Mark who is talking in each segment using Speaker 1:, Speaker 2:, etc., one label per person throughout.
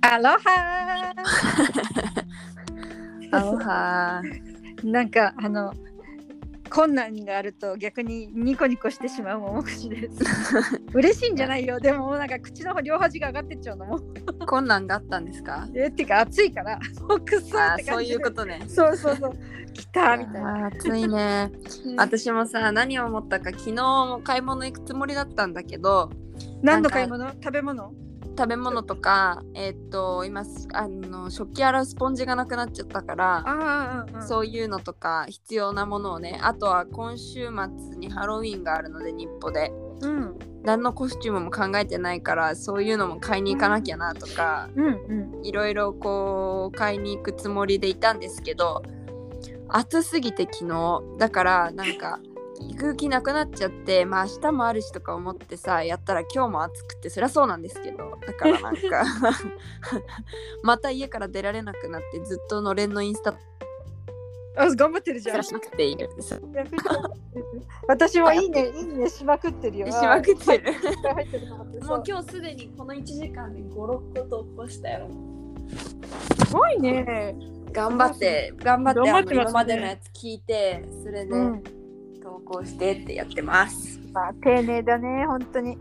Speaker 1: ア ロハ
Speaker 2: アロハ
Speaker 1: ーなんかあの困難があると逆にニコニコしてしまう桃口です 嬉しいんじゃないよでももうなんか口の両端が上がってっちゃうのもう
Speaker 2: ー。困難があったんですか
Speaker 1: えってか暑いからもうくっそー
Speaker 2: あ
Speaker 1: って感じ
Speaker 2: ーそういうことね。
Speaker 1: そうそうそう来たみたいな
Speaker 2: あー暑いね。
Speaker 1: うん
Speaker 2: 私もさ、何を思ったか、昨日も買い物行くつもりだったんだけど、
Speaker 1: 何の買い物食べ物
Speaker 2: 食べ物とか、えーっと、今、あの食器洗うスポンジがなくなっちゃったから、
Speaker 1: ああう
Speaker 2: そういうのとか必要なものをねあとは今週末にハロウィンがあるので日歩で
Speaker 1: うん
Speaker 2: 何のコスチュームも考えてないからそういうのも買いに行かなきゃなとか
Speaker 1: うんうん
Speaker 2: いろいろこう買いに行くつもりでいたんですけど暑すぎて昨日だからなんか行く気なくなっちゃってまあ明日もあるしとか思ってさやったら今日も暑くてそりゃそうなんですけどだからなん かまた家から出られなくなってずっとのれんのインスタ
Speaker 1: あ頑張ってるじゃん
Speaker 2: らしくている。
Speaker 1: 逆に私もいいねいいねしまくってるよ
Speaker 2: しまくって る。
Speaker 1: いっぱい入ってると思ってそう
Speaker 2: 今日すでにこの1時間で5、6個突破したよ。
Speaker 1: すごいね
Speaker 2: 頑張って、頑張って、
Speaker 1: 頑張
Speaker 2: あ
Speaker 1: ってますね
Speaker 2: の今までのやつ聞いて、それで
Speaker 1: うん
Speaker 2: 投稿してってやって ます。
Speaker 1: まあ、丁寧だね本当に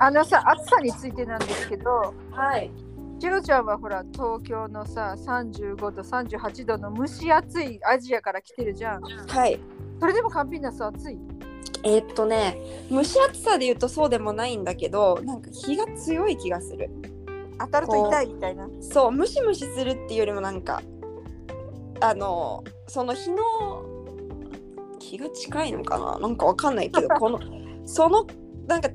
Speaker 1: あのさ暑さについてなんですけど
Speaker 2: はい。
Speaker 1: ジロちゃんはほら東京のさ35度38度の蒸し暑いアジアから来てるじゃん
Speaker 2: はい。
Speaker 1: それでもカンピーナス暑い
Speaker 2: えーっとね、蒸し暑さで言うとそうでもないんだけど、なんか日が強い気がする。
Speaker 1: 当たると痛いみたいな
Speaker 2: そう、ムシムシするっていうよりもなんか、あの、その日の気が近いのかななんかわかんない けど、この、その、なんか違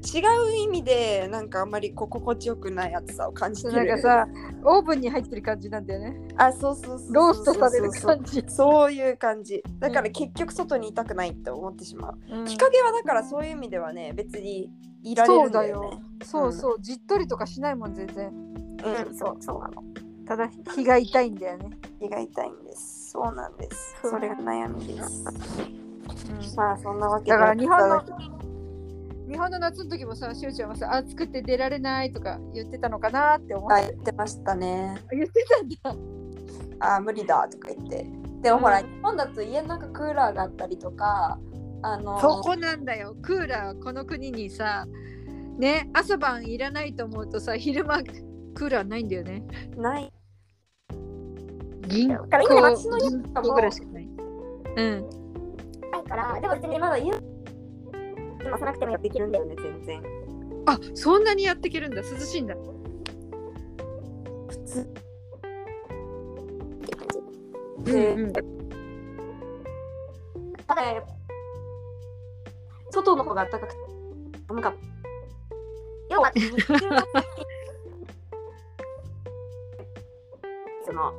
Speaker 2: う意味で、なんかあんまりこう心地よくない暑さを感じて
Speaker 1: そう
Speaker 2: る。
Speaker 1: なんかさオーブンに入ってる感じなんだよね
Speaker 2: あ、そうそうそうそう
Speaker 1: ローストされる
Speaker 2: そうそう
Speaker 1: 感じ
Speaker 2: そういう感じ。だか
Speaker 1: う
Speaker 2: ら
Speaker 1: ん
Speaker 2: 結局外にいたくないって思ってしまう。
Speaker 1: うん
Speaker 2: 日陰はだからそういう意味ではね、別にいられるんだよね。
Speaker 1: そうそうじっとりとかしないもん全然
Speaker 2: そううん、そう、そうなの。
Speaker 1: ただ日が痛いんだよね、
Speaker 2: 胃が痛いんです。そうなんです。
Speaker 1: そう
Speaker 2: それが悩みです。
Speaker 1: だ
Speaker 2: まあそんなわけ
Speaker 1: か
Speaker 2: で
Speaker 1: ら日本の日本の夏の時もさしおちゃんはさ暑くて出られないとか言ってたのかなって思って、
Speaker 2: あ言ってましたね。
Speaker 1: 言ってたんだ
Speaker 2: あ無理だとか言って。でもほら、
Speaker 1: うん
Speaker 2: 日本だと家の中クーラーがあったりとか、あの
Speaker 1: そこなんだよクーラーはこの国にさね朝晩いらないと思うとさ昼間クーラーないんだよね
Speaker 2: ない。
Speaker 1: 銀
Speaker 2: だ
Speaker 1: 行
Speaker 2: から今私の家
Speaker 1: 銀
Speaker 2: か
Speaker 1: 行
Speaker 2: も
Speaker 1: ぐらいしかないうん
Speaker 2: ないから、でも別にまだ家回さなくてもできるんだよね、全然。
Speaker 1: あそんなにやっていけるんだ涼しいんだ
Speaker 2: 普通。って感じ
Speaker 1: うんうん
Speaker 2: ただ外の方が暖かくて寒かった。要は日中のその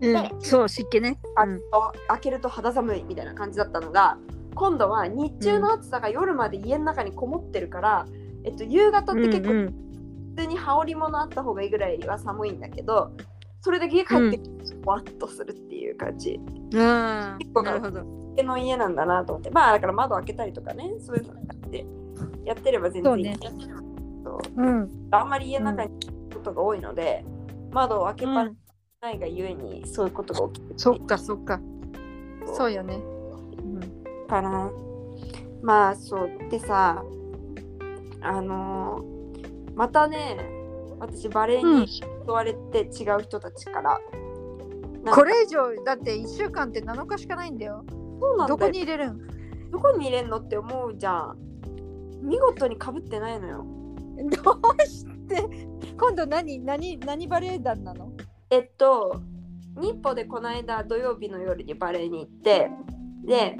Speaker 1: うんそう湿気ね
Speaker 2: あ
Speaker 1: うん
Speaker 2: 開けると肌寒いみたいな感じだったのが今度は日中の暑さが夜まで家の中にこもってるから、えっと、夕方って結
Speaker 1: うんう
Speaker 2: 構
Speaker 1: ん
Speaker 2: 普通に羽織物あった方がいいぐらいは寒いんだけどそれだけ家帰ってわっとするっていう感じ。
Speaker 1: あ
Speaker 2: 結
Speaker 1: あ
Speaker 2: 構
Speaker 1: なるほど
Speaker 2: 家の家なんだなと思ってまあだから窓開けたりとかねそういうのやってやってれば全然いい
Speaker 1: そ
Speaker 2: そ
Speaker 1: う
Speaker 2: う
Speaker 1: ん
Speaker 2: あんまり家の中にことが多いので、窓を開けっぱないがゆえにそういうことが起きてる
Speaker 1: そっかそっかそう
Speaker 2: う
Speaker 1: よね
Speaker 2: かなまあそうでさあのーまたね私バレエ
Speaker 1: うん
Speaker 2: に襲われて違う人たちから、なんか
Speaker 1: これ以上だって1週間って7日しかないんだよ
Speaker 2: そうなんだ
Speaker 1: ど
Speaker 2: よ
Speaker 1: こに入れるん
Speaker 2: どこに入れんのって思うじゃん見事にかぶってないのよ
Speaker 1: どうして今度何何何バレエ団なの
Speaker 2: えっと日報でこの間土曜日の夜にバレエに行ってで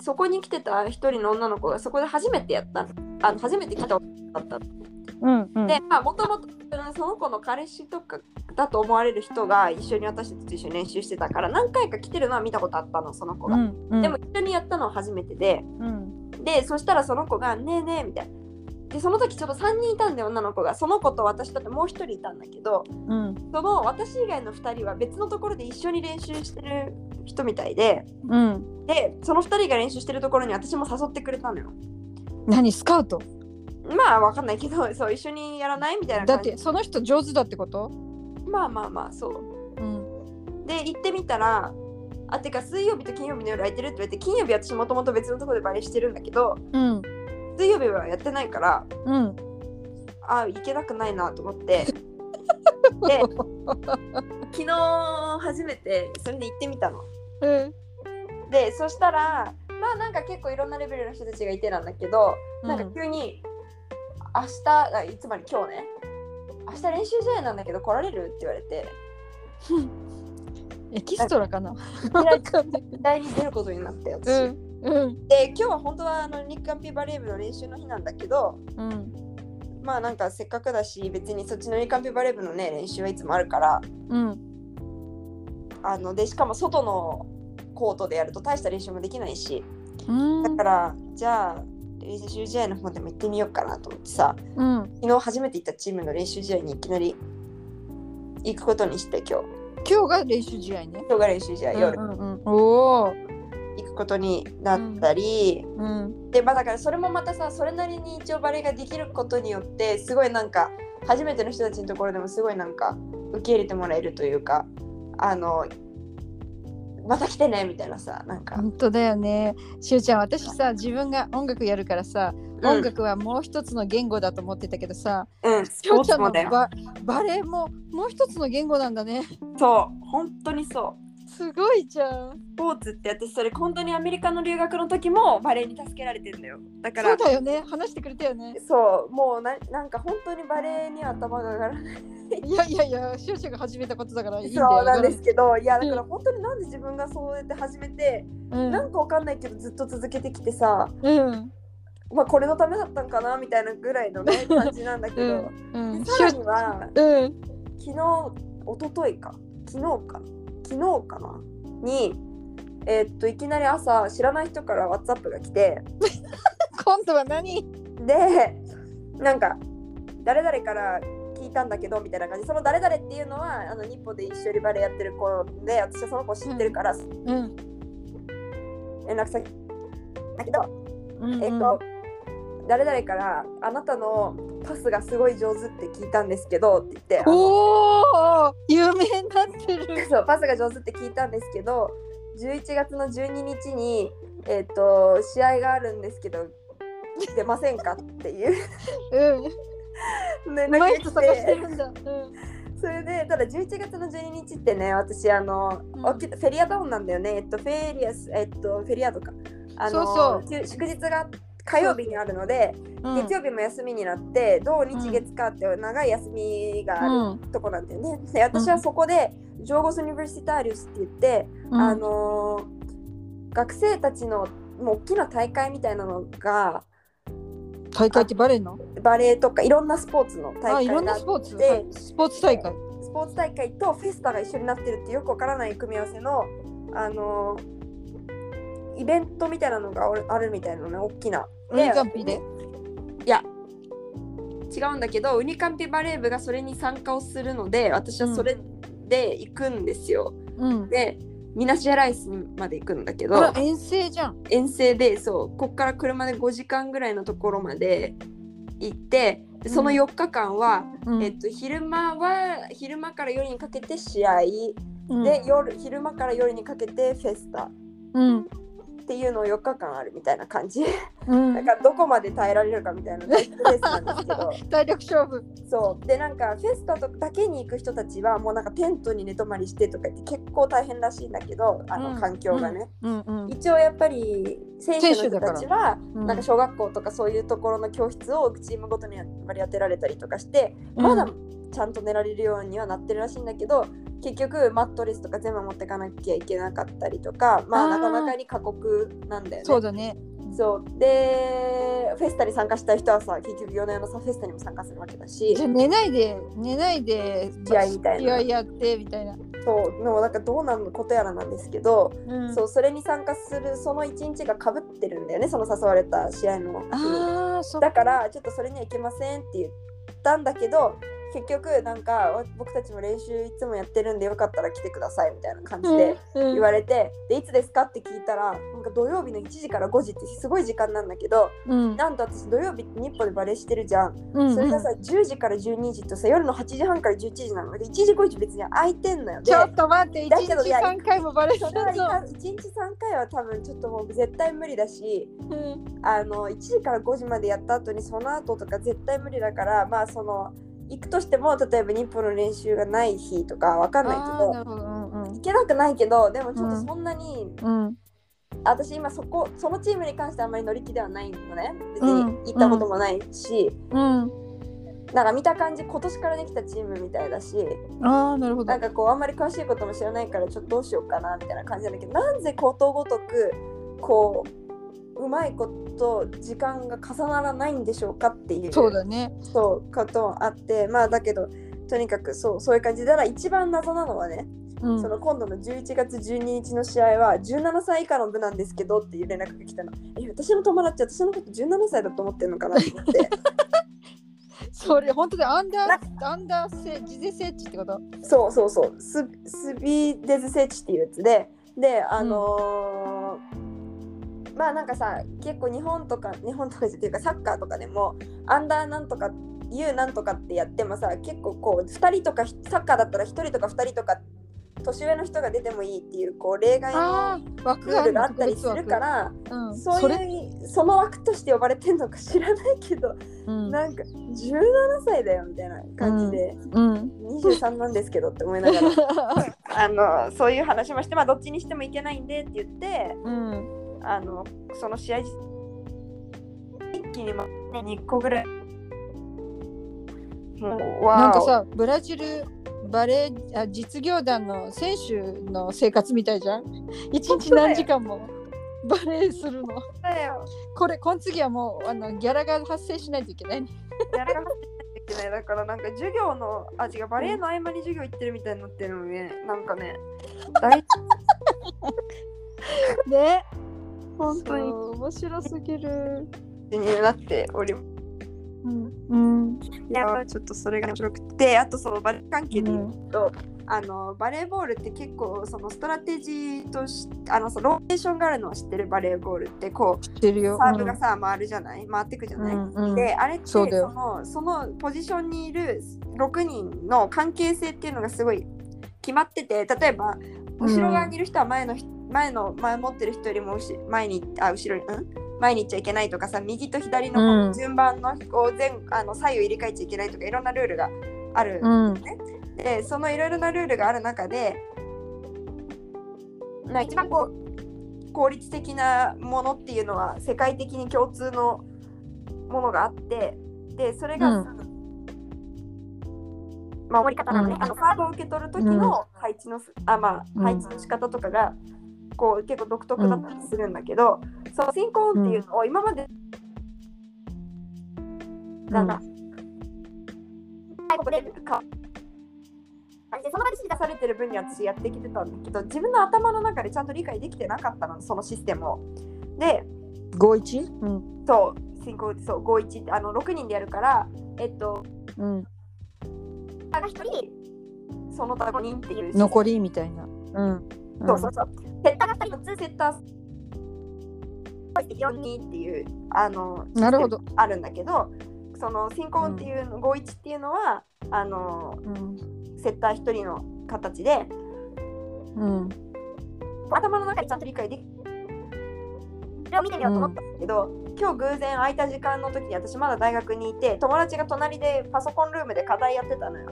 Speaker 2: そこに来てた一人の女の子がそこで初めてやったのあの初めて来た女だったの
Speaker 1: うんうん
Speaker 2: でまあもともとその子の彼氏とかだと思われる人が一緒に私たちと一緒に練習してたから何回か来てるのは見たことあったのその子が、
Speaker 1: ん
Speaker 2: でも、一緒にやったのは初めてで
Speaker 1: うん、
Speaker 2: でそしたらその子が「ねえねえ」みたいなでその時ちょうど3人いたんで女の子がその子と私とってもう一人いたんだけど
Speaker 1: うん、
Speaker 2: その私以外の2人は別のところで一緒に練習してる人みたいで
Speaker 1: うん、
Speaker 2: でその2人が練習してるところに私も誘ってくれたのよ。
Speaker 1: 何スカウト？
Speaker 2: まあわかんないけど そう一緒にやらないみたいな
Speaker 1: だ
Speaker 2: 感
Speaker 1: っ
Speaker 2: じ
Speaker 1: てその人上手だってこと
Speaker 2: まあまあまあそう
Speaker 1: うん
Speaker 2: で行ってみたらあてか水曜日と金曜日の夜空いてるって言われて金曜日私もともと別のところでバイトしてるんだけど
Speaker 1: うん
Speaker 2: 水曜日はやってないから
Speaker 1: うん
Speaker 2: あ行けたくないなと思ってで昨日初めてそれで行ってみたの
Speaker 1: うん
Speaker 2: でそしたらまあなんか結構いろんなレベルの人たちがいてなんだけど、なんか急に「明日あいつまり今日ね明日練習試合なんだけど来られる?」って言われて
Speaker 1: エキストラかな
Speaker 2: 嫌い
Speaker 1: かんない
Speaker 2: 第に出ることになって私、
Speaker 1: うんうん
Speaker 2: で今日は本当はあの日韓ピバレー部の練習の日なんだけど
Speaker 1: うん
Speaker 2: まあなんかせっかくだし別にそっちの日韓ピバレー部のね練習はいつもあるから
Speaker 1: うん
Speaker 2: あのでしかも外のコートでやると大した練習もできないし
Speaker 1: うん
Speaker 2: だからじゃあ練習試合の方でも行ってみようかなと思ってさ
Speaker 1: うん
Speaker 2: 昨日初めて行ったチームの練習試合にいきなり行くことにして今日
Speaker 1: 今日が練習試合ね
Speaker 2: 今日が練習試合
Speaker 1: う
Speaker 2: 夜
Speaker 1: んうんうん、おお
Speaker 2: 行くことになったり、
Speaker 1: うん
Speaker 2: でまあだからそれもまたさそれなりに一応バレーができることによってすごいなんか初めての人たちのところでもすごいなんか受け入れてもらえるというかあのまた来てねみたいなさなんか、
Speaker 1: 本当だよねしゅうちゃん私さ自分が音楽やるからさ音楽はもう一つの言語だと思ってたけどさ、
Speaker 2: うん、ス
Speaker 1: しゅ
Speaker 2: ポ
Speaker 1: う
Speaker 2: ー
Speaker 1: ちゃ
Speaker 2: ツ
Speaker 1: んの
Speaker 2: もだよ
Speaker 1: ババレエももう一つの言語なんだね
Speaker 2: そう本当にそう
Speaker 1: すごいじゃん
Speaker 2: スポーツって私それ本当にアメリカの留学の時もバレーに助けられてんだよだか
Speaker 1: そう
Speaker 2: ら
Speaker 1: だよね話してくれたよね
Speaker 2: そうもうななんか本当にバレエには頭が上がらない
Speaker 1: いやいやいやしゅうちゃんが始めたことだからいいんだよ
Speaker 2: そうなんですけどいやだから本当になんで自分がそうやって始めて、
Speaker 1: うん
Speaker 2: なんかわかんないけどずっと続けてきてさ、
Speaker 1: うん
Speaker 2: まあ、これのためだったんかなみたいなぐらいの、ね、感じなんだけ
Speaker 1: う
Speaker 2: ど、
Speaker 1: んうん
Speaker 2: で
Speaker 1: し
Speaker 2: さ
Speaker 1: ゅ
Speaker 2: ら
Speaker 1: う
Speaker 2: には
Speaker 1: うん
Speaker 2: 昨日一昨日か昨日か昨日かなに、えーっといきなり朝知らない人から WhatsApp が来て
Speaker 1: 今度は何
Speaker 2: でなんか誰々から聞いたんだけどみたいな感じその誰々っていうのはあの日本で一緒にバレーやってる子で私はその子知ってるから
Speaker 1: うん
Speaker 2: 連絡先だけど、
Speaker 1: うん
Speaker 2: えっと誰々からあなたのパスがすごい上手って聞いたんですけどって言ってあの
Speaker 1: おお有名になってる
Speaker 2: そうパスが上手って聞いたんですけど11月の12日に、えっと試合があるんですけど出ませんかっていう
Speaker 1: う
Speaker 2: 連
Speaker 1: んうま
Speaker 2: 絡
Speaker 1: い
Speaker 2: が
Speaker 1: 人
Speaker 2: 来
Speaker 1: 探して
Speaker 2: て
Speaker 1: るんだうん
Speaker 2: それでただ11月の12日ってね私あの、
Speaker 1: うん
Speaker 2: おきフェリアダウンなんだよねえっとフェリアスえっとフェリアとかあの
Speaker 1: そう
Speaker 2: 休祝日が火曜日にあるので
Speaker 1: うん
Speaker 2: 月曜日も休みになって土
Speaker 1: う
Speaker 2: 日
Speaker 1: ん
Speaker 2: 月火って長い休みがあ
Speaker 1: うん
Speaker 2: るとこなんだよね。で私はそこでジョーゴス・ユニバーシターリウスって言って、
Speaker 1: うん
Speaker 2: あのー学生たちのもう大きな大会みたいなのが
Speaker 1: 大会ってバレーの
Speaker 2: バレエとかいろんなスポーツの
Speaker 1: あ
Speaker 2: 大
Speaker 1: いろ
Speaker 2: 会
Speaker 1: ん
Speaker 2: が
Speaker 1: な
Speaker 2: あっ
Speaker 1: スポーツ
Speaker 2: で
Speaker 1: はいスポーツ大会
Speaker 2: スポーツ大会とフェスタが一緒になってるってよくわからない組み合わせの、あのーイベントみたいなのがおるあるみたいなのね大きな。
Speaker 1: ウニカンピで
Speaker 2: いや違うんだけどウニカンピバレー部がそれに参加をするので私はそれで行くんですよ、
Speaker 1: うん
Speaker 2: でミナシアライスにまで行くんだけ
Speaker 1: あ
Speaker 2: ど
Speaker 1: ら遠征じゃん
Speaker 2: 遠征でそうこっから車で5時間ぐらいのところまで行ってでその4日間は、
Speaker 1: うん
Speaker 2: えっと、昼間は昼間から夜にかけて試合
Speaker 1: うん
Speaker 2: で夜昼間から夜にかけてフェスタ
Speaker 1: うん
Speaker 2: っていうのを4日間あるみたいな 感じ
Speaker 1: うん
Speaker 2: なんかどこまで耐えられるかみたいなレースなんですけ ど。
Speaker 1: 体力勝負
Speaker 2: そうでなんかフェスタとだけに行く人たちはもうなんかテントに寝泊まりしてとか言って結構大変らしいんだけどあ
Speaker 1: う
Speaker 2: の
Speaker 1: ん
Speaker 2: 環境がね、
Speaker 1: うんうん
Speaker 2: 一応やっぱり選手の
Speaker 1: 選手
Speaker 2: 人
Speaker 1: だから
Speaker 2: たちは
Speaker 1: うん
Speaker 2: なんか小学校とかそういうところの教室をチームごとに割り当てられたりとかしてまだちゃんと寝られるようにはなってるらしいんだけど結局マットレスとか全部持ってかなきゃいけなかったりとかまあ
Speaker 1: あー
Speaker 2: なかなかに過酷なんだよね。
Speaker 1: そうだね
Speaker 2: そうでフェスタに参加したい人はさ結局4年のさフェスタにも参加するわけだし
Speaker 1: じゃあ寝ないで寝ないで
Speaker 2: 試合みたいな
Speaker 1: 試合やってみたいな
Speaker 2: そうのなんかどうなんのことやらなんですけど、
Speaker 1: うん
Speaker 2: そうそれに参加するその一日がかぶってるんだよねその誘われた試合の日に
Speaker 1: ああそっ
Speaker 2: だからちょっとそれには行けませんって言ったんだけど結局なんかわ僕たちも練習いつもやってるんでよかったら来てくださいみたいな感じで
Speaker 1: うん
Speaker 2: 言われて、でいつですかって聞いたらなんか土曜日の1時から5時ってすごい時間なんだけど
Speaker 1: うん
Speaker 2: なんと私土曜日って日報でバレーしてるじゃん、
Speaker 1: うん
Speaker 2: それがさ10時から12時とさ夜の8時半から11時なので1時5時別に空いてんのよで
Speaker 1: ちょっと待って、一
Speaker 2: だけど
Speaker 1: 日三回もバレた
Speaker 2: そ
Speaker 1: ぞ
Speaker 2: れ。は1日3回は多分ちょっともう絶対無理だしあの1時から5時までやった後にその後とか絶対無理だからまあその行くとしても例えば日本の練習がない日とかわかんないけど
Speaker 1: あーなるほど
Speaker 2: 行けなくないけどでもちょっ
Speaker 1: う
Speaker 2: と
Speaker 1: ん
Speaker 2: そんなに、
Speaker 1: うんうん
Speaker 2: 私今そこそのチームに関してはあんまり乗り気ではないのね別
Speaker 1: う
Speaker 2: に
Speaker 1: ん
Speaker 2: 行ったこともないし、
Speaker 1: うん
Speaker 2: なんか見た感じ今年からできたチームみたいだし
Speaker 1: うん。ああ、なるほど
Speaker 2: なん。かこうあんまり詳しいことも知らないからちょっとどうしようかなみたいな感じなんだけどなんでことごとくこううまいこと時間が重ならないんでしょうかっていう
Speaker 1: そうだね。
Speaker 2: そうこともあってまあだけどとにかくそうそういう感じだから一番謎なのはね、
Speaker 1: うん
Speaker 2: その今度の11月12日の試合は17歳以下の部なんですけどっていう連絡が来たのえ私の友達私のこと17歳だと思ってるのかなと思って
Speaker 1: それ本当でアンダーアンダーセジゼセッチってこと。
Speaker 2: そうそうそうススビーデズセチっていうやつでであのーまあなんかさ結構日本とか日本とかっていうかサッカーとかでもアンダーなんとか U なんとかってやってもさ結構こう2人とかひサッカーだったら1人とか2人とか年上の人が出てもいいっていうこう例外の
Speaker 1: ああ、枠
Speaker 2: ルールがあ
Speaker 1: あ
Speaker 2: っ
Speaker 1: る
Speaker 2: たりするか。ら
Speaker 1: 特別枠うん。
Speaker 2: そ
Speaker 1: そうれ。
Speaker 2: いうその枠として呼ばれてんのか知らないけど
Speaker 1: うん
Speaker 2: なんか17歳だよみたいな感じで
Speaker 1: うん。
Speaker 2: 23なんですけどって思いながらあのそういう話もして、まあ、どっちにしてもいけないんでって言って
Speaker 1: うん。
Speaker 2: あのその試合一気にま2個ぐらいもうわ
Speaker 1: なんか
Speaker 2: お
Speaker 1: さブラジルバレーあ実業団の選手の生活みたいじゃん。 一日何時間もバレーするの。
Speaker 2: だよ
Speaker 1: これ今次はもうあのギャラが発生しないといけない、ね。
Speaker 2: やらかさないといけないだからなんか授業のあ違うバレエの合間に授業行ってるみたいになってるのねなんかね大
Speaker 1: ね。
Speaker 2: 本当に
Speaker 1: そう面白すぎる。
Speaker 2: 気になっております
Speaker 1: うん。うん。
Speaker 2: いやちょっとそれが面白くてあとそのバレエ関係で言うあのバレーボールって結構そのストラテジーとしあのそのローテーションがあるのを知ってるバレーボールってこう
Speaker 1: 知ってるよ。
Speaker 2: サーブがさ、回るじゃない回ってくじゃ
Speaker 1: う
Speaker 2: ない、
Speaker 1: ん。うん。
Speaker 2: であれって
Speaker 1: そ
Speaker 2: そう
Speaker 1: だよ
Speaker 2: のそのポジションにいる6人の関係性っていうのがすごい決まってて例えば後ろ側にいる人は前の人前の前持ってる人よりも後ろ前にあ後ろにうん前に行っちゃいけないとかさ右と左
Speaker 1: うん
Speaker 2: の順番のこう前あの左右入れ替えちゃいけないとかいろんなルールがある
Speaker 1: うん。
Speaker 2: でそのいろいろなルールがある中でな一番こう効率的なものっていうのは世界的に共通のものがあってでそれが、
Speaker 1: う
Speaker 2: 守り方なのね、
Speaker 1: うん
Speaker 2: あのサーブを受け取る時の配置のす、あま
Speaker 1: う
Speaker 2: あ
Speaker 1: ん
Speaker 2: 配置の仕方とかが、こう結構独特だったりするんだけど、その進行っていうのを今までなんか、はい、ここでか。でその場で指示出されてる分には私やってきてたんだけど自分の頭の中でちゃんと理解できてなかったのそのシステムを。で
Speaker 1: 五一？うん。
Speaker 2: そう進行そう51ってあの6人でやるからえっと
Speaker 1: うん。
Speaker 2: 他が1人その他5人っていう
Speaker 1: 残りみたいな。うん。
Speaker 2: そうそうそう。セッターが2人の2セッター4人っていうあの
Speaker 1: なるほど。
Speaker 2: あるんだけどその進行っていうの51っていうのはあの
Speaker 1: うん。
Speaker 2: セッター1人の形で
Speaker 1: うん。
Speaker 2: 頭の中でちゃんと理解できそれを見てみようと思ったんだけど、今日偶然空いた時間の時に私まだ大学にいて友達が隣でパソコンルームで課題やってたのよ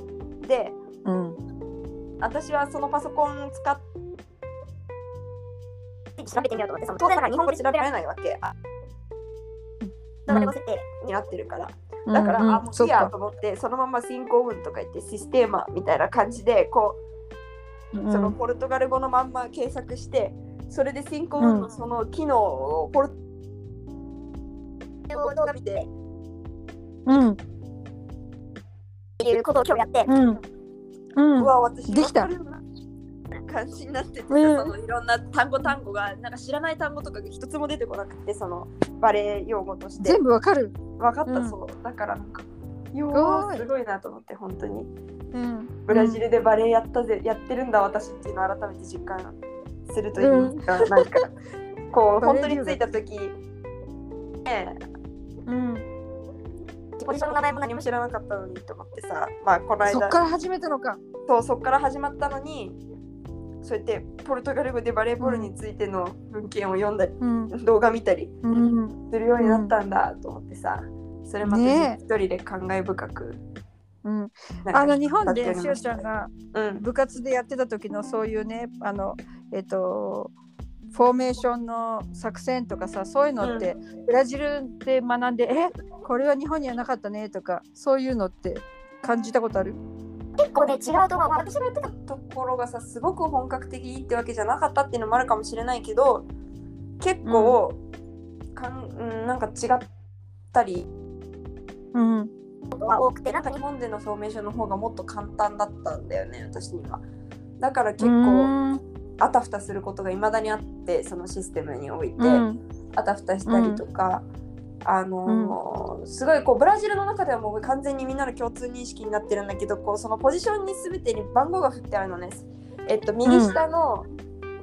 Speaker 2: で
Speaker 1: うん。
Speaker 2: 私はそのパソコン使って調べてみようと思ってその当然ながら日本語で調べられないわけあだから設定になってるから、だから、あもう
Speaker 1: そ
Speaker 2: い
Speaker 1: っ
Speaker 2: いや
Speaker 1: か
Speaker 2: と。思ってそのまま進行文とか言ってシステーマみたいな感じでこうそのポルトガル語のまんま検索して、それで進行
Speaker 1: う
Speaker 2: の
Speaker 1: ん
Speaker 2: その機能をポルトガル語動画見て
Speaker 1: うん。
Speaker 2: っていうことを今日やって、
Speaker 1: うん。
Speaker 2: う
Speaker 1: うん。
Speaker 2: わ私
Speaker 1: できた
Speaker 2: わかるな感じになってて、
Speaker 1: うん
Speaker 2: そのいろんな単語単語がなんか知らない単語とかが一つも出てこなくてそのバレエ用語として
Speaker 1: 全部わかる。
Speaker 2: 分かった、
Speaker 1: うん
Speaker 2: そうだからなんかよ
Speaker 1: ごい
Speaker 2: ーすごいなと思って本当に
Speaker 1: うん、
Speaker 2: ブラジルでバレエやったぜ、やってるんだ私っていうのを改めて実感すると言いますか、なんか こう
Speaker 1: バ
Speaker 2: 本
Speaker 1: レ
Speaker 2: 当
Speaker 1: エ留
Speaker 2: に
Speaker 1: 学
Speaker 2: 着いた時ねえ
Speaker 1: うん、
Speaker 2: ポジションの名前も何も知らなかったのにと思ってさまあこの間
Speaker 1: そっから始めたのか
Speaker 2: そうそっから始まったのにそうやってポルトガル語でバレーボールについての文献を読んだり、
Speaker 1: うん
Speaker 2: 動画見たり
Speaker 1: うん
Speaker 2: するようになったんだと思ってさそれまた
Speaker 1: ね
Speaker 2: 一人で感慨深く、
Speaker 1: うん、
Speaker 2: なんか
Speaker 1: あの日本
Speaker 2: や
Speaker 1: で
Speaker 2: ってお
Speaker 1: し
Speaker 2: り
Speaker 1: お
Speaker 2: まし
Speaker 1: ち
Speaker 2: た
Speaker 1: ゃんが
Speaker 2: うん
Speaker 1: 部活でやってた時のそういうねあのえっ、とフォーメーションの作戦とかさそういうのって、ブラジルで学んでえこれは日本にはなかったねとかそういうのって感じたことある
Speaker 2: 結構ね違うと思う私がやってたところがさすごく本格的ってわけじゃなかったっていうのもあるかもしれないけど結構、かんうん、なんか違ったり
Speaker 1: うん
Speaker 2: が多くてなんか日本でのフォーメーションの方がもっと簡単だったんだよね私にはだから結構あたふたすることがいまだにあってそのシステムにおいて、
Speaker 1: うん
Speaker 2: あたふたしたりとか、あのーすごいこうブラジルの中ではもう完全にみんなの共通認識になってるんだけどこうそのポジションに全てに番号が振ってあるのです。えっと、右下の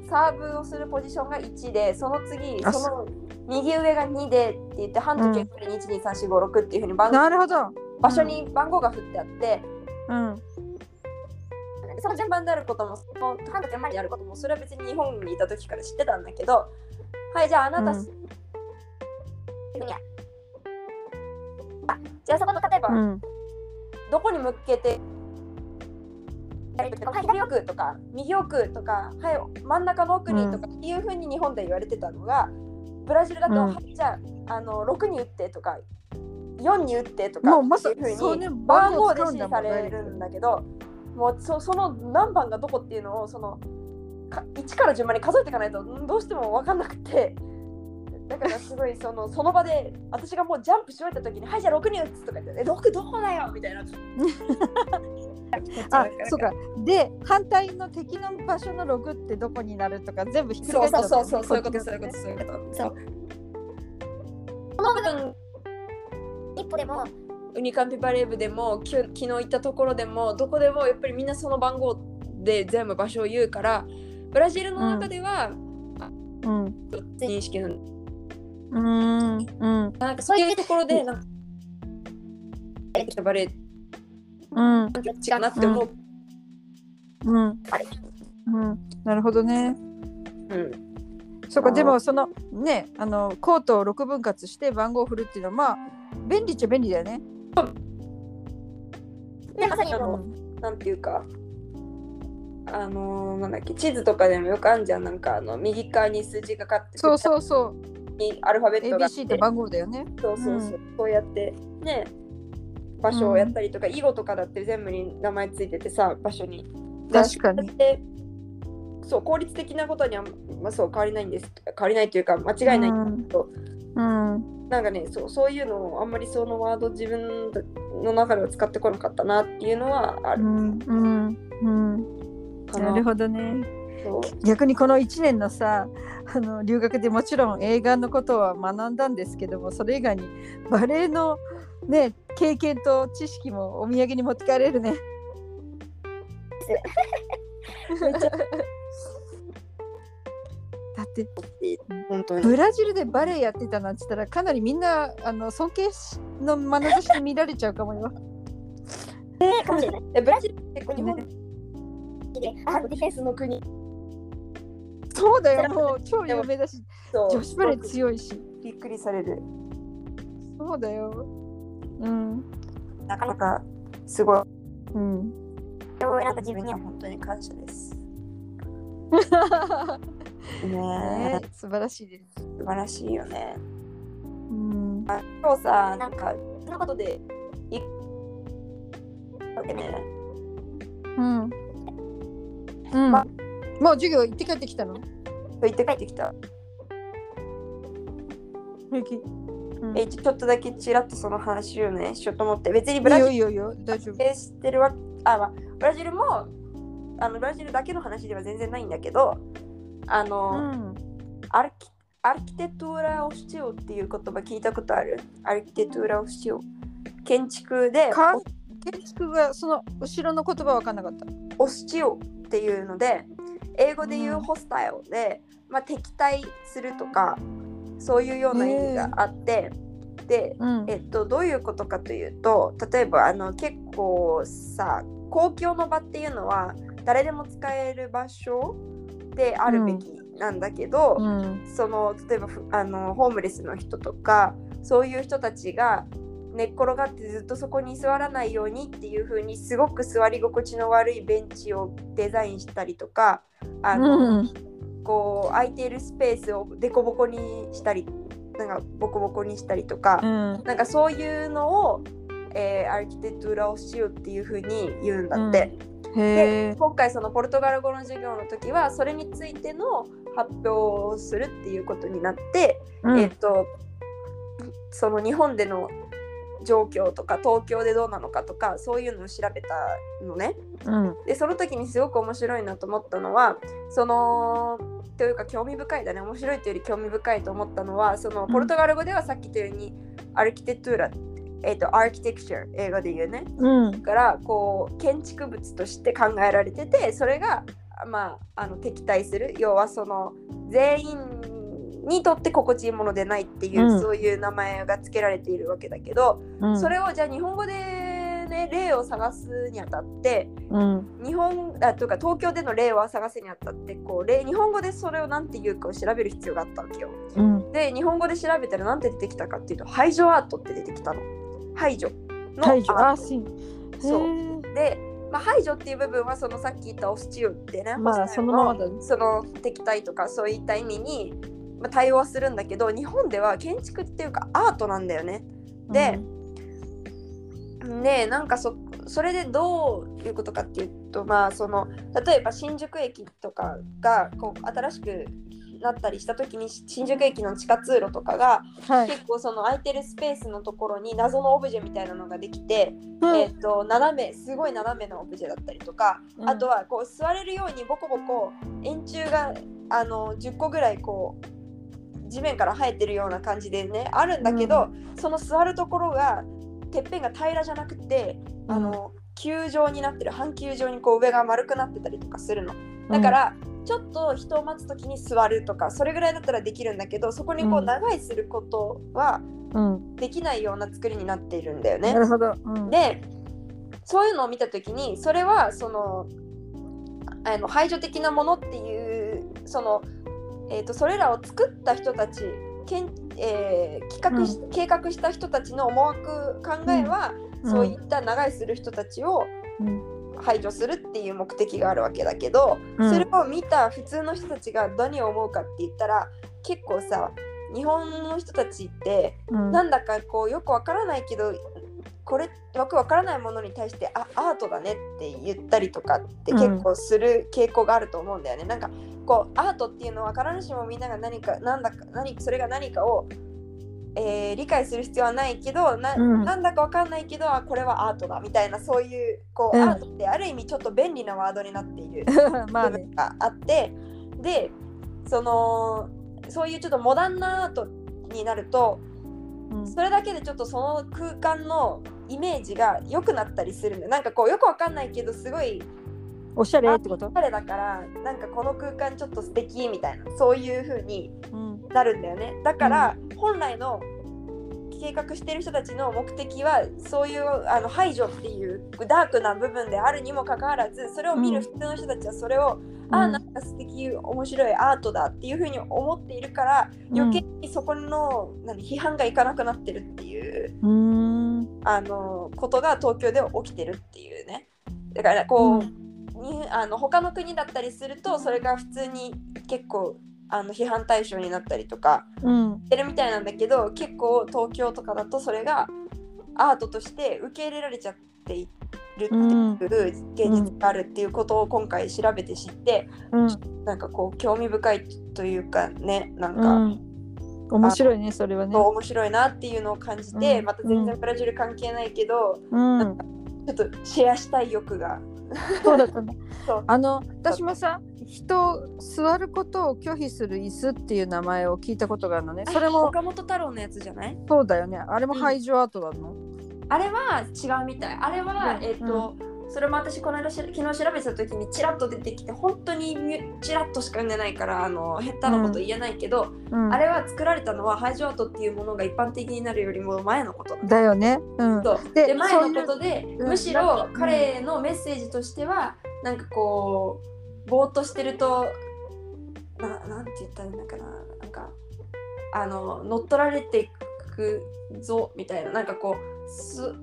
Speaker 2: サーブをするポジションが1でその次
Speaker 1: あ
Speaker 2: その右上が2でって言って半時計振りに123456っていうふうに番
Speaker 1: なるほど
Speaker 2: 場所に番号が振ってあって、
Speaker 1: うん
Speaker 2: その順番であることも、その半時計前にあることも、それは別に日本にいた時から知ってたんだけど、はい、じゃああなた、
Speaker 1: うん
Speaker 2: あじゃあそこの例えば、
Speaker 1: うん
Speaker 2: どこに向けて、はい、左奥とか、右奥とか、はい、真ん中の奥にとかっていうふうに日本で言われてたのが、ブラジルだと、
Speaker 1: うん
Speaker 2: はい、じゃああの6に打ってとか、4に打ってとか、
Speaker 1: もうまさ
Speaker 2: ってい
Speaker 1: に
Speaker 2: うふ
Speaker 1: そうう
Speaker 2: に
Speaker 1: ね
Speaker 2: 番
Speaker 1: 番号
Speaker 2: 号
Speaker 1: を
Speaker 2: で
Speaker 1: 使うん
Speaker 2: 指
Speaker 1: だも
Speaker 2: 示さ
Speaker 1: ん
Speaker 2: れるんだけどもうそその何番がどこっていうのをそのか1から順番に数えていかないとんどうしても分かんなくてだからすごいそのその場で私がもうジャンプし終えた時に「はいじゃあ6に打つ」とか言って「え6どこだよ」みた いな。
Speaker 1: あそうかで反対の敵の場所のログってどこになるとか全部ひっくり
Speaker 2: そ
Speaker 1: 返
Speaker 2: う
Speaker 1: っちゃ
Speaker 2: そうそうそうそういうこと
Speaker 1: こ
Speaker 2: そういうことそういうこと
Speaker 3: そう
Speaker 2: この部分
Speaker 3: 一歩でも
Speaker 2: ウニカンピバレー部でもきゅ昨日行ったところでもどこでもやっぱりみんなその番号で全部場所を言うからブラジルの中で
Speaker 1: っ
Speaker 2: は
Speaker 1: ちのね
Speaker 2: 認識なんだ
Speaker 1: うんうんうん
Speaker 2: なんかそういうところで、なんか、やってきたバレエ
Speaker 1: うん
Speaker 2: 違うなって思う。
Speaker 1: うんうんなるほどね
Speaker 2: うん。
Speaker 1: そうか
Speaker 2: あー
Speaker 1: でもそのねあのコートを6分割して番号を振るっていうのはまあ便利っちゃ便利だよね
Speaker 2: で、まさにあの、なんていうか、あのー、なんだっけ、地図とかでもよくあるじゃん。なんか、あの、右側に数字がかかって、
Speaker 1: そうそうそう
Speaker 2: にアルファベットがあって
Speaker 1: ABC って番号だよね
Speaker 2: そうそうそう。そうやって、ね、場所をやったりとか、囲碁とかだって全部に名前ついててさ、場所に。で
Speaker 1: 確かに
Speaker 2: でそう効率的なことには、まあ、そう変わりないんです変わりないというか間違いないんだけど、
Speaker 1: うん
Speaker 2: なんかねそうそういうのをあんまりそのワード自分の中では使ってこなかったなっていうのはあ
Speaker 1: う
Speaker 2: る
Speaker 1: んうんうん
Speaker 2: かな。
Speaker 1: なるほどね
Speaker 2: そう
Speaker 1: 逆にこの1年のさあの留学でもちろん映画のことは学んだんですけどもそれ以外にバレエの、ね、経験と知識もお土産に持ってかれるね。だって
Speaker 2: 本当に
Speaker 1: ブラジルでバレエやってたなんて言ったらかなりみんなあの尊敬しの眼差しで見られちゃうかもよ。
Speaker 2: えブラジル結構日本
Speaker 3: で
Speaker 2: あ
Speaker 3: あ
Speaker 2: のディフェンスの国
Speaker 1: そうだ よもう超有名だし
Speaker 2: そう
Speaker 1: 女子バレエ強いし
Speaker 2: びっくりされる
Speaker 1: そうだよ。うん
Speaker 2: なかなかすごい
Speaker 1: うん
Speaker 3: それを選んだ自分には
Speaker 2: 本当に感謝です。
Speaker 1: ね
Speaker 2: ねえ、
Speaker 1: 素晴らしいです。
Speaker 2: 素晴らしいよね。
Speaker 1: うん
Speaker 2: あ今日さなんかそのことでいね
Speaker 1: うん。うん。
Speaker 2: ま
Speaker 1: もう授業行って帰ってきたの
Speaker 2: そう言って帰ってきた。
Speaker 1: 平気。うん
Speaker 2: えちょっとだけちらっとその話をねしようと思って別にブ
Speaker 1: いい
Speaker 2: ラジ
Speaker 1: よ
Speaker 2: ル
Speaker 1: いいよいいよ大丈夫。
Speaker 2: 経営してるわけあ、まあ、ブラジルもあのブラジルだけの話では全然ないんだけどあ
Speaker 1: う
Speaker 2: の、
Speaker 1: ん。
Speaker 2: アルキアルキテクトーラオシチオっていう言葉聞いたことあるアルキテクトーラオシチオ建築で
Speaker 1: かん建築がその後ろの言葉分かんなかった。
Speaker 2: オスチオっていうので英語で言うホスタイルで、まあ、敵対するとかそういうような意味があって、で、
Speaker 1: うん
Speaker 2: えっと、どういうことかというと例えばあの結構さ公共の場っていうのは誰でも使える場所であるべきなんだけど、
Speaker 1: うん
Speaker 2: その例えばふあのホームレスの人とかそういう人たちが寝っ転がってずっとそこに座らないようにっていう風にすごく座り心地の悪いベンチをデザインしたりとかあの、
Speaker 1: うん
Speaker 2: こう空いているスペースをデコボコにしたりなんかボコボコにしたりとか、
Speaker 1: うん
Speaker 2: なんかそういうのを、えーアーキテクトラをしようっていう風に言うんだって。
Speaker 1: うんへ
Speaker 2: で
Speaker 1: え。
Speaker 2: 今回そのポルトガル語の授業の時はそれについての発表をするっていうことになって、
Speaker 1: うん
Speaker 2: えっ、とその日本での状況とか東京でどうなのかとかそういうのを調べたのね
Speaker 1: うん
Speaker 2: でその時にすごく面白いなと思ったのはそのというか興味深いだね面白いというより興味深いと思ったのはそのポルトガル語ではさっきというようにアルキテクトゥーラ、えっとアーキテクチャ英語で言うね
Speaker 1: うん
Speaker 2: からこう建築物として考えられててそれがまああの敵対する要はその全員にとって心地いいものでないっていう、
Speaker 1: うん
Speaker 2: そういう名前が付けられているわけだけど、
Speaker 1: うん
Speaker 2: それをじゃあ日本語で、ね、例を探すにあたって
Speaker 1: うん
Speaker 2: 日本あというか東京での例を探すにあたってこう例日本語でそれを何て言うかを調べる必要があったわけよ。
Speaker 1: うん
Speaker 2: で日本語で調べたら何て出てきたかっていうと排除アートって出てきたの。排除の
Speaker 1: 大丈夫。
Speaker 2: ア
Speaker 1: あ
Speaker 2: ート
Speaker 1: しん。
Speaker 2: そう
Speaker 1: う。
Speaker 2: で、まあ、排除っていう部分はそのさっき言ったオスチューってね、
Speaker 1: まあ
Speaker 2: ホ
Speaker 1: そ
Speaker 2: スタイル
Speaker 1: のままだね。
Speaker 2: その敵対とかそういった意味に、まあ、対応はするんだけど日本では建築っていうかアートなんだよね。で、でなんかそそれでどういうことかっていうとまあその例えば新宿駅とかがこう新しくなったりした時に新宿駅の地下通路とかが
Speaker 1: はい。
Speaker 2: 結構その空いてるスペースのところに謎のオブジェみたいなのができて、
Speaker 1: うん
Speaker 2: えっと斜めすごい斜めのオブジェだったりとか、
Speaker 1: うん
Speaker 2: あとはこう座れるようにボコボコ円柱があの10個ぐらいこう地面から生えてるような感じでねあるんだけど、その座るところがてっぺんが平らじゃなくて、あの球状になってる半球状にこう上が丸くなってたりとかするの。だから、ちょっと人を待つ時に座るとかそれぐらいだったらできるんだけどそこにこう
Speaker 1: うん
Speaker 2: 長いすることは
Speaker 1: うん、うん
Speaker 2: できないような作りになっているんだよね。
Speaker 1: なるほど。うん、
Speaker 2: でそういうのを見た時にそれはそのあの排除的なものっていうその、えー、とそれらを作った人たちけん、えー企画し計画した人たちの思惑考えは、そういった長居する人たちを
Speaker 1: うん
Speaker 2: 排除するっていう目的があるわけだけど、
Speaker 1: うん
Speaker 2: それを見た普通の人たちが何を思うかって言ったら結構さ日本の人たちって
Speaker 1: うん、
Speaker 2: なんだかこうよくわからないけどこれよくわからないものに対してあアートだねって言ったりとかって結構する傾向があると思うんだよね。なんかこうアートっていうのは必ずしもみんなが何かなんだか何それが何かを、えー理解する必要はないけどな,、
Speaker 1: うん
Speaker 2: ん、なんだかわかんないけどあこれはアートだみたいなそういうこう、
Speaker 1: うん
Speaker 2: アートってある意味ちょっと便利なワードになっている
Speaker 1: まあ
Speaker 2: 部
Speaker 1: ね。
Speaker 2: 分があって、でそのそういうちょっとモダンなアートになると
Speaker 1: うん
Speaker 2: それだけでちょっとその空間のイメージが良くなったりするんだよなんかこうよくわかんないけどすごい
Speaker 1: おしゃれってこと？
Speaker 2: 彼だからなんかこの空間ちょっと素敵みたいなそういう風に
Speaker 1: うん
Speaker 2: なるんだよねだから本来の計画してる人たちの目的はそういうあの排除っていうダークな部分であるにもかかわらずそれを見る普通の人たちはそれを、あーなんか素敵面白いアートだっていう風に思っているから余計にそこの何批判がいかなくなってるっていう。
Speaker 1: うん。う
Speaker 2: あのことが東京では起きてるっていうねだからこう、
Speaker 1: う
Speaker 2: にあの他の国だったりするとそれが普通に結構あの批判対象になったりとか
Speaker 1: ーん。
Speaker 2: してるみたいなんだけど結構東京とかだとそれがアートとして受け入れられちゃっているって
Speaker 1: うん
Speaker 2: いう現実があるっていうことを今回調べて知って、
Speaker 1: うん。
Speaker 2: なんかこう興味深いというかねなん
Speaker 1: う
Speaker 2: か。
Speaker 1: ん。面白いねそれはね。
Speaker 2: 面白いなっていうのを感じて、
Speaker 1: うん
Speaker 2: また全然ブラジル関係ないけど、
Speaker 1: うん。
Speaker 2: ちょっとシェアしたい欲が
Speaker 1: そうだったね
Speaker 2: そう。
Speaker 1: あの私もさ人座ることを拒否する椅子っていう名前を聞いたことがあるのね。それも
Speaker 2: 岡本太郎のやつじゃない
Speaker 1: そうだよね。あれも排除アートなの？
Speaker 2: あれは違うみたいあれは、
Speaker 1: うん
Speaker 2: えっ、と、それも私この間し昨日調べた時にチラッと出てきて本当にミュチラッとしか読んでないからあの下手なこと言えないけど、
Speaker 1: うん
Speaker 2: あれは作られたのはハイジアートっていうものが一般的になるよりも前のこと
Speaker 1: だよね。うん。
Speaker 2: そう
Speaker 1: で
Speaker 2: で前のことで
Speaker 1: うん
Speaker 2: むしろ彼のメッセージとしてはなんかこうぼーっとしてるとななんて言ったらいいのかななんかあの乗っ取られていくぞみたいななんかこうす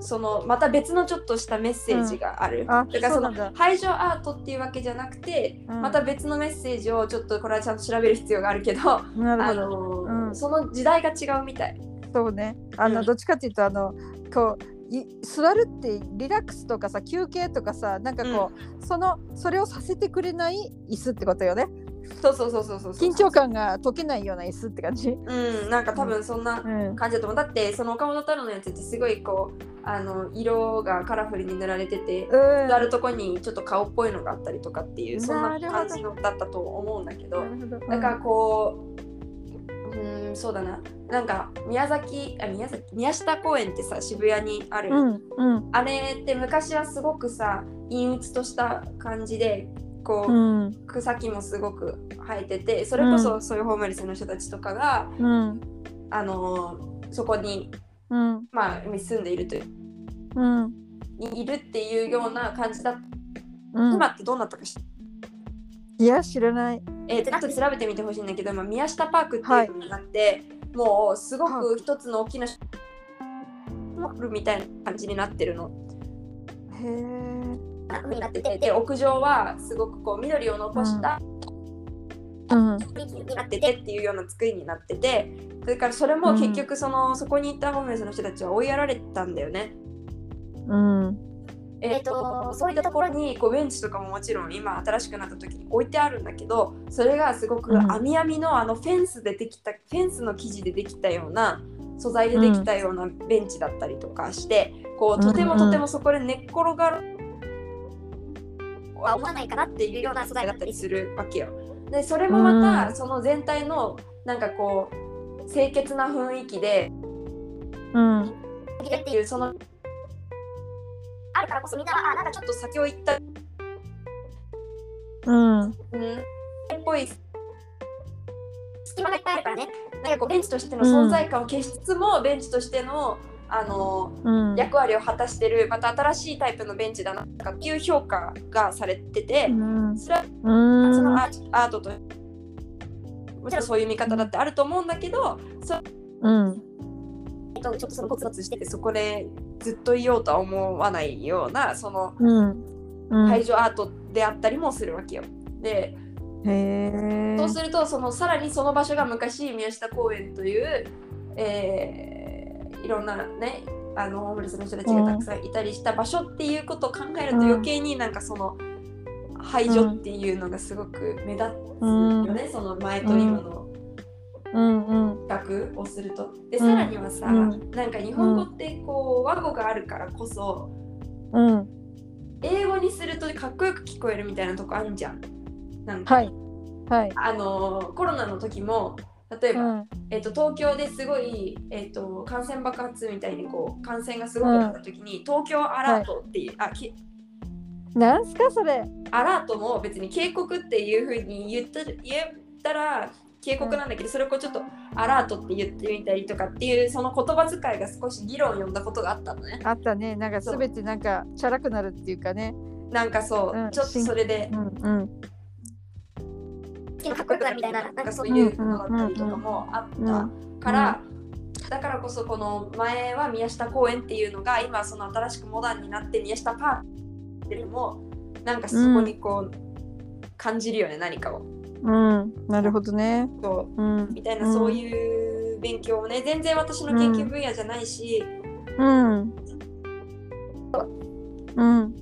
Speaker 2: そのまた別のちょっとしたメッセージがある、
Speaker 1: あ
Speaker 2: だからその
Speaker 1: そうなんだ
Speaker 2: 排除アートっていうわけじゃなくて、
Speaker 1: うん
Speaker 2: また別のメッセージをちょっとこれはちゃんと調べる必要があるけど、
Speaker 1: なる
Speaker 2: あ
Speaker 1: ほど。
Speaker 2: の
Speaker 1: うん
Speaker 2: その時代が違うみたい。
Speaker 1: そうね。あの、
Speaker 2: うん
Speaker 1: どっちかっていうとあのこうい座るってリラックスとかさ休憩とかさなんかこう、そのそれをさせてくれない椅子ってことよね
Speaker 2: そうそうそうそうそうそう
Speaker 1: 緊張感が解けないような椅子って感じ、
Speaker 2: うん、なんか多分そんな
Speaker 1: うん、
Speaker 2: 感じだと思う。だってその岡本太郎のやつってすごいこうあの色がカラフルに塗られてて、
Speaker 1: うん
Speaker 2: あるとこにちょっと顔っぽいのがあったりとかっていうそん
Speaker 1: な
Speaker 2: な
Speaker 1: るほど
Speaker 2: 感じのだったと思うんだけ
Speaker 1: な
Speaker 2: ど、
Speaker 1: るほど
Speaker 2: なんかこう、うん、そうだな。なんか宮崎あ宮崎宮下公園ってさ渋谷にある、
Speaker 1: うんうん
Speaker 2: あれって昔はすごくさ陰鬱とした感じでこう、
Speaker 1: うん
Speaker 2: 草木もすごく生えててそれこそそういうホームレスの人たちとかが、
Speaker 1: うん
Speaker 2: あのーそこに、
Speaker 1: うん
Speaker 2: まあ、住んでいるという
Speaker 1: うん
Speaker 2: いるっていうような感じだった、
Speaker 1: うん
Speaker 2: 今ってどうなったかし、
Speaker 1: いや知らない
Speaker 2: えー、ちょっと調べてみてほしいんだけど、まあ、宮下パークっていうのになって、もうすごく一つの大きなモールみたいな感じになってるの。
Speaker 1: へえ
Speaker 3: になって
Speaker 2: で
Speaker 3: て、で、
Speaker 2: で屋上はすごくこう緑を残した
Speaker 1: うん
Speaker 3: 雰囲気に
Speaker 2: に
Speaker 3: な
Speaker 2: な
Speaker 3: っ
Speaker 2: ってて
Speaker 3: て、
Speaker 2: てっていうような作りになっててそれからそれも結局その、そこに行ったホームレスの人たちは追いやられたんだよね。
Speaker 1: うん
Speaker 2: えー、とそういったところにこうベンチとかももちろん今新しくなった時に置いてあるんだけどそれがすごく
Speaker 1: うん
Speaker 2: 網網のあのフェンスでできたフェンスの生地でできたような素材でできたようなベンチだったりとかしてこうとてもとてもそこで寝っ転がる
Speaker 3: は思わないかなって
Speaker 2: って
Speaker 3: い
Speaker 2: いうう
Speaker 3: よ
Speaker 2: よ
Speaker 3: う
Speaker 2: う
Speaker 3: な
Speaker 2: な
Speaker 3: 素
Speaker 2: 素
Speaker 3: 材
Speaker 2: 材だ
Speaker 3: だっ
Speaker 2: ったた
Speaker 3: り
Speaker 2: り
Speaker 3: す
Speaker 2: するわけよ。でそれもま
Speaker 1: う
Speaker 2: たその全体のなんかこう清潔な雰囲気で
Speaker 1: うん
Speaker 3: る。
Speaker 2: っていうその
Speaker 3: あるからこそみんなは、あ、なんかち
Speaker 2: ち
Speaker 3: ょ
Speaker 2: ょっと先を行った、
Speaker 1: うん
Speaker 2: うん、っぽい
Speaker 3: っと隙間がいっぱいあるからね。
Speaker 2: なんかこうベンチとしての存在感を消しつつも、ベンチとしてのあの
Speaker 1: うん
Speaker 2: 役割を果たしてるまた新しいタイプのベンチだなとかっていう評価がされてて、
Speaker 1: うん
Speaker 2: それは
Speaker 1: うん
Speaker 2: そのアーアートともちろんそういう見方だってあると思うんだけど
Speaker 1: うん
Speaker 3: えっと、ちょっとそのゴツゴツしてて、
Speaker 2: そこでずっといようとは思わないようなその
Speaker 1: うんうん
Speaker 2: 排除アートであったりもするわけよ。で
Speaker 1: へえ
Speaker 2: そうするとそのさらにその場所が昔宮下公園という、えーいろんなねあのホームレスの人たちがたくさんいたりした場所っていうことを考えると
Speaker 1: うん
Speaker 2: 余計になんかその排除っていうのがすごく目立つ
Speaker 1: うん
Speaker 2: よね、その前と今の
Speaker 1: うんうん
Speaker 2: 比較をすると。で
Speaker 1: うん
Speaker 2: さらにはさ、
Speaker 1: うん
Speaker 2: なんか日本語ってこう和語があるからこそ
Speaker 1: うん
Speaker 2: 英語にするとかっこよく聞こえるみたいなとこあるじゃん。なんか
Speaker 1: はいはい
Speaker 2: あのーコロナの時も例えば、
Speaker 1: うん
Speaker 2: えっと東京ですごい、えっと感染爆発みたいにこう感染がすごくなった時に、東京アラートっていう、あき
Speaker 1: なんすかそれ
Speaker 2: アラートも別に警告っていうふうに言った言ったら警告なんだけど、それをこうちょっとアラートって言ってみたりとかっていうその言葉遣いが少し議論を呼んだことがあったのね
Speaker 1: あったねなんか
Speaker 2: そう
Speaker 1: 全てなんかチャラくなるっていうかね
Speaker 2: なんかそう、
Speaker 1: うん
Speaker 2: ちょっとそれで
Speaker 1: うんうん
Speaker 3: 好きなかっこよくなるみたいな、なん
Speaker 2: なん
Speaker 3: か
Speaker 2: かそ
Speaker 3: そう
Speaker 2: う
Speaker 3: いう。
Speaker 2: いうのだったりとかもあった。
Speaker 1: うん
Speaker 2: から、だからこそこの前は宮下公園っていうのが今その新しくモダンになって宮下パークっていうのもなんかそこにこう、感じるよね何かを
Speaker 1: うんなるほどね
Speaker 2: そう
Speaker 1: うん
Speaker 2: みたいなそういう勉強をね全然私の研究分野じゃないし、
Speaker 1: うんうん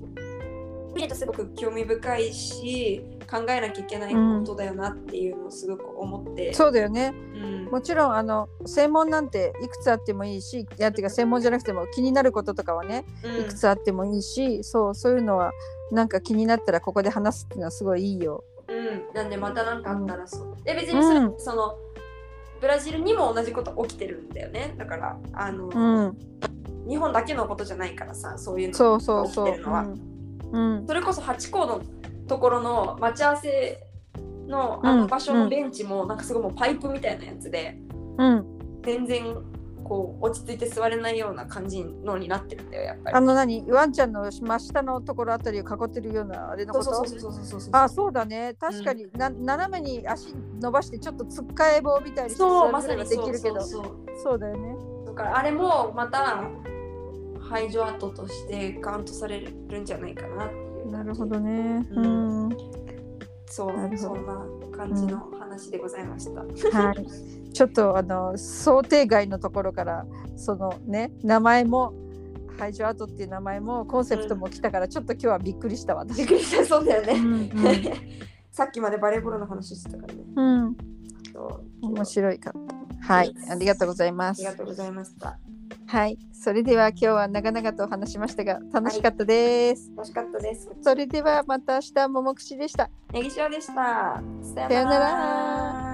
Speaker 2: 見るとすごく興味深いし考えなきゃいけないことだよなっていうのをすごく思って、
Speaker 1: そうだよね
Speaker 2: うん
Speaker 1: もちろんあの専門なんていくつあってもいいしいやっていうか専門じゃなくても気になることとかはね
Speaker 2: うん
Speaker 1: いくつあってもいいしそうそういうのはなんか気になったらここで話すっていうのはすごいいいよ。
Speaker 2: うん、なんでまた何かあったらそう。で別にそれ、
Speaker 1: うん
Speaker 2: そのブラジルにも同じこと起きてるんだよね。だからあの、
Speaker 1: うん
Speaker 2: 日本だけのことじゃないからさそういうの
Speaker 1: そうそうそ
Speaker 2: 起
Speaker 1: う
Speaker 2: きてるのは
Speaker 1: うん、うん
Speaker 2: それこそハチ公のところの待ち合わせのあ
Speaker 1: うん
Speaker 2: の場所のベンチもなんかすごいもうパイプみたいなやつで
Speaker 1: うん、
Speaker 2: 全然こう落ち着いて座れないような感じのになってるんだよやっぱり
Speaker 1: あ。の何ワンちゃんの真下のところあたりを囲ってるようなあれの
Speaker 2: そ
Speaker 1: こ
Speaker 2: う
Speaker 1: と
Speaker 2: そうそうそうそうそうそう
Speaker 1: あそうだね確かに、な斜めに足伸ばしてちょっとつっかえ棒みたいにして
Speaker 2: そうま
Speaker 1: 座
Speaker 2: さ
Speaker 1: るの
Speaker 2: に
Speaker 1: がで
Speaker 2: そ
Speaker 1: き
Speaker 2: う
Speaker 1: るけど
Speaker 2: そうそう
Speaker 1: そうだよね
Speaker 2: だからあれもまた排除跡としてカウントされるんじゃないかなっていう
Speaker 1: なるほどねう、
Speaker 2: うんそ
Speaker 1: なる
Speaker 2: う
Speaker 1: ほ
Speaker 2: そ
Speaker 1: ど
Speaker 2: んな感じの話でございました、
Speaker 1: はいちょっとあの想定外のところからそのね名前も排除跡っていう名前もコンセプトも来たから、ちょっと今日はびっくりしたわ
Speaker 2: びっくりしたそうだよ
Speaker 1: う
Speaker 2: ね、
Speaker 1: ん
Speaker 2: さっきまでバレーボールの話してたからね
Speaker 1: うん、
Speaker 2: そう
Speaker 1: 面白いかったはいありがとうございま
Speaker 2: あ
Speaker 1: す
Speaker 2: りがとうございました
Speaker 1: はいそれでは今日は長々とお話しましたが楽しかったです、
Speaker 2: 楽しかったです
Speaker 1: それではまた明日ももくしでした
Speaker 2: ネギ塩でしたさ
Speaker 1: さよなら